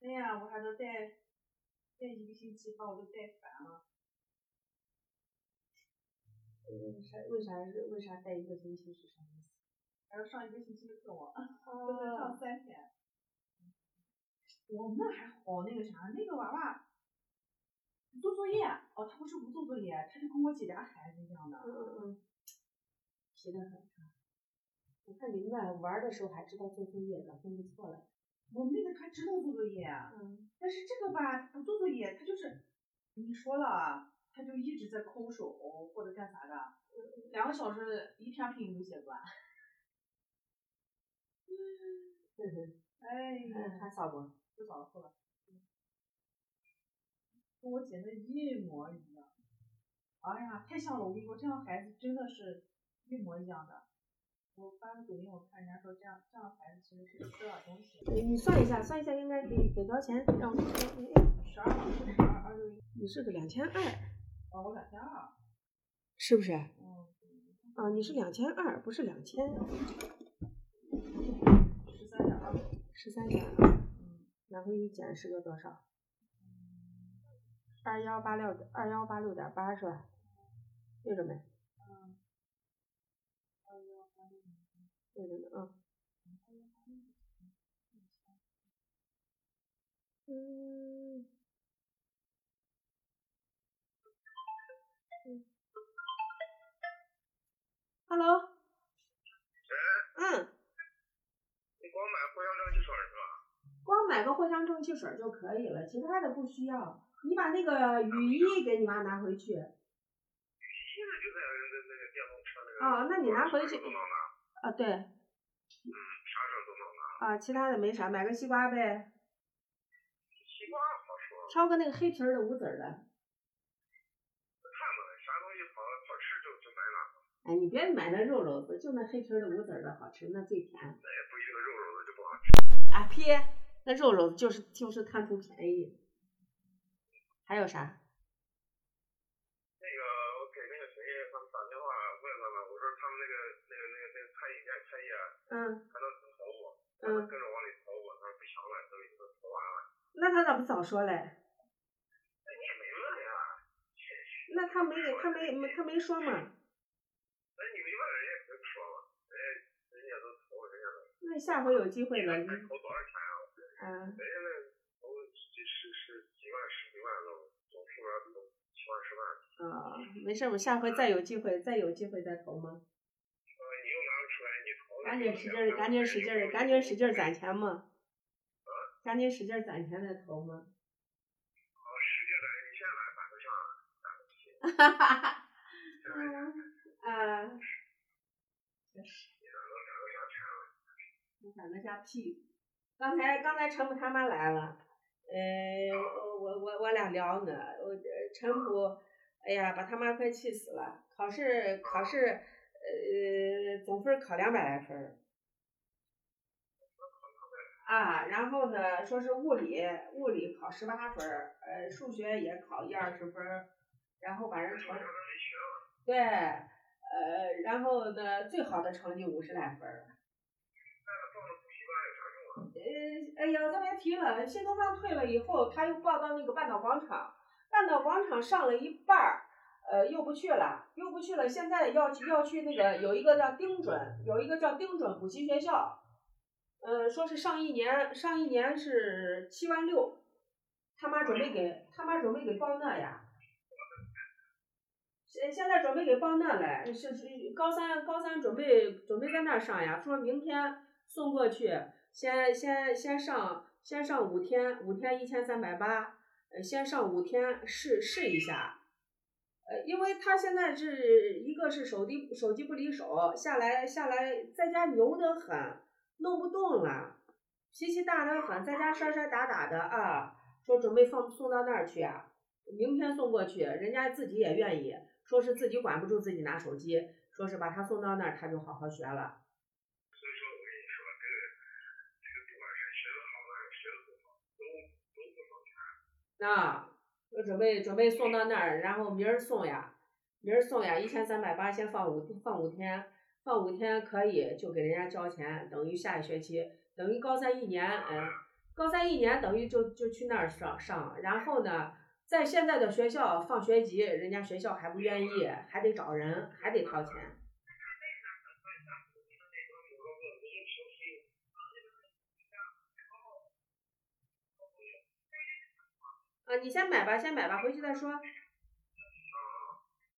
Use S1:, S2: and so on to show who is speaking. S1: 那我还得再再一个星期把我都带烦了。
S2: 嗯，啥？为啥是为啥带一个星期是啥意思？
S1: 还要上一个星期的课，我都能上
S2: 哦，
S1: 三天。
S2: 我们那还好那个啥，那个娃娃不做作业哦，他不是不做作业，他就跟我姐俩孩子一样的，
S3: 嗯嗯嗯，
S2: 皮得很。
S3: 我看你们俩玩儿的时候还知道做作业，表现不错了。
S2: 我们那个他知道做作业，啊
S3: 嗯，
S2: 但是这个吧，他不做作业，他就是你说了啊，他就一直在抠手或者干啥的，两个小时一篇拼音都写不完。哎呀，
S3: 还扫过。
S2: 不早说了，嗯跟我姐那一模一样。哎呀，太像了！我跟你说，这样孩子真的是一模一样的。我发个抖音，我看人家说这样这样孩子其实是吃了东西。
S3: 你你算一下，算一下应该给给多少钱？让我哎
S2: 十二十二二六一，
S3: 你是个两千二，
S2: 哦，我两千二，
S3: 是不是？
S2: 嗯，
S3: 啊，你是两千二，不是两千，
S2: 十三点二，
S3: 十三点二，
S2: 嗯，
S3: 然后一减是个多少？二幺八六二幺八六点八是吧？对着没？
S2: 二幺八六零
S3: 对着呢啊。
S2: 嗯
S3: 嗯，嗯，Hello，嗯，
S4: 你光买藿香正气水是吧？
S3: 光买个藿香正气水儿就可以了，其他的不需要。你把那个雨衣给你妈拿回去。
S4: 现在就在那那个电动车那个。
S3: 啊那你拿回去
S4: 啥时候都能拿，
S3: 啊，对，
S4: 啥时候都能拿。
S3: 啊，其他的没啥，买个西瓜呗，
S4: 西瓜好说，
S3: 挑个那个黑皮儿的无籽儿的。
S4: 看吧，啥东西好好吃就就买哪个，
S3: 哎，你别买那肉肉的，就那黑皮儿的无籽儿的好吃，那最甜。
S4: 那也不一定肉肉的就不好吃。
S3: 啊呸，那肉肉就是就是贪图便宜。还有啥？
S4: 那个我给那个谁他们打电话问他们，我说他们那个那个那个那个餐饮店开业
S3: 嗯
S4: 还能投我，他们
S3: 嗯，
S4: 跟着往里投我，他说不行了，都已经投完了。
S3: 那他咋不早说嘞？
S4: 那你也没问呀，
S3: 那他没他没他没说嘛？
S4: 那你没问人家肯定不说嘛，人家人家都投，人家都。
S3: 那下回有机会了，你
S4: 人家投多少钱啊？
S3: 啊。
S4: 人家那投几十十几万十几万的，总数额都七万十万。
S3: 啊，没事儿，我下回再有机会，再有机会再投嘛。
S4: 呃，你又拿不出来，你投了
S3: 赶紧使劲儿，赶紧使劲儿，赶紧使劲儿。攒钱嘛。赶紧使劲儿攒钱再投嘛。
S4: 哦，使劲儿攒，你现在攒
S3: 哈
S4: 不上，啊攒不起。
S3: 哈哈。啊。确实。你攒得下屁？刚才刚才陈普他妈来了，呃，我我我我俩聊呢，我呃陈普，哎呀，把他妈快气死了，考试考试，呃，总分儿考两百来分儿。啊，然后呢，说是物理物理考十八分儿，呃，数学也考一二十分儿，然后把人成对，呃，然后呢，最好的成绩五十来分儿。呃，哎呀，咱别提了，新东方退了以后，他又报到那个半岛广场，半岛广场上了一半儿，呃，又不去了，又不去了。现在要去要去那个有一个叫丁准，有一个叫丁准补习学校，呃，说是上一年上一年是七万六，他妈准备给他妈准备给报那呀。现现在准备给报那来，是是高三高三准备准备在那儿上呀，说明天送过去，先先先上先上五天，五天一千三百八，呃，先上五天试试一下，呃，因为他现在是一个是手机手机不离手，下来下来在家牛得很，弄不动了，脾气大得很，在家摔摔打打的啊，说准备放送到那儿去啊，明天送过去，人家自己也愿意，说是自己管不住自己拿手机，说是把他送到那儿，他就好好学了。
S4: 所以说，我跟你说，这个这个不管是学的好还是学的不好，都
S3: 那
S4: 都不能看。
S3: 就准备准备送到那儿，然后明儿送呀，明儿送呀，一千三百八先放五放五天，放五天可以就给人家交钱，等于下一学期，等于高三一年，嗯、高三一年等于就就去那儿上上，然后呢，在现在的学校放学级，人家学校还不愿意，还得找人，还得掏钱。啊，你先买吧，先买吧，回去再说。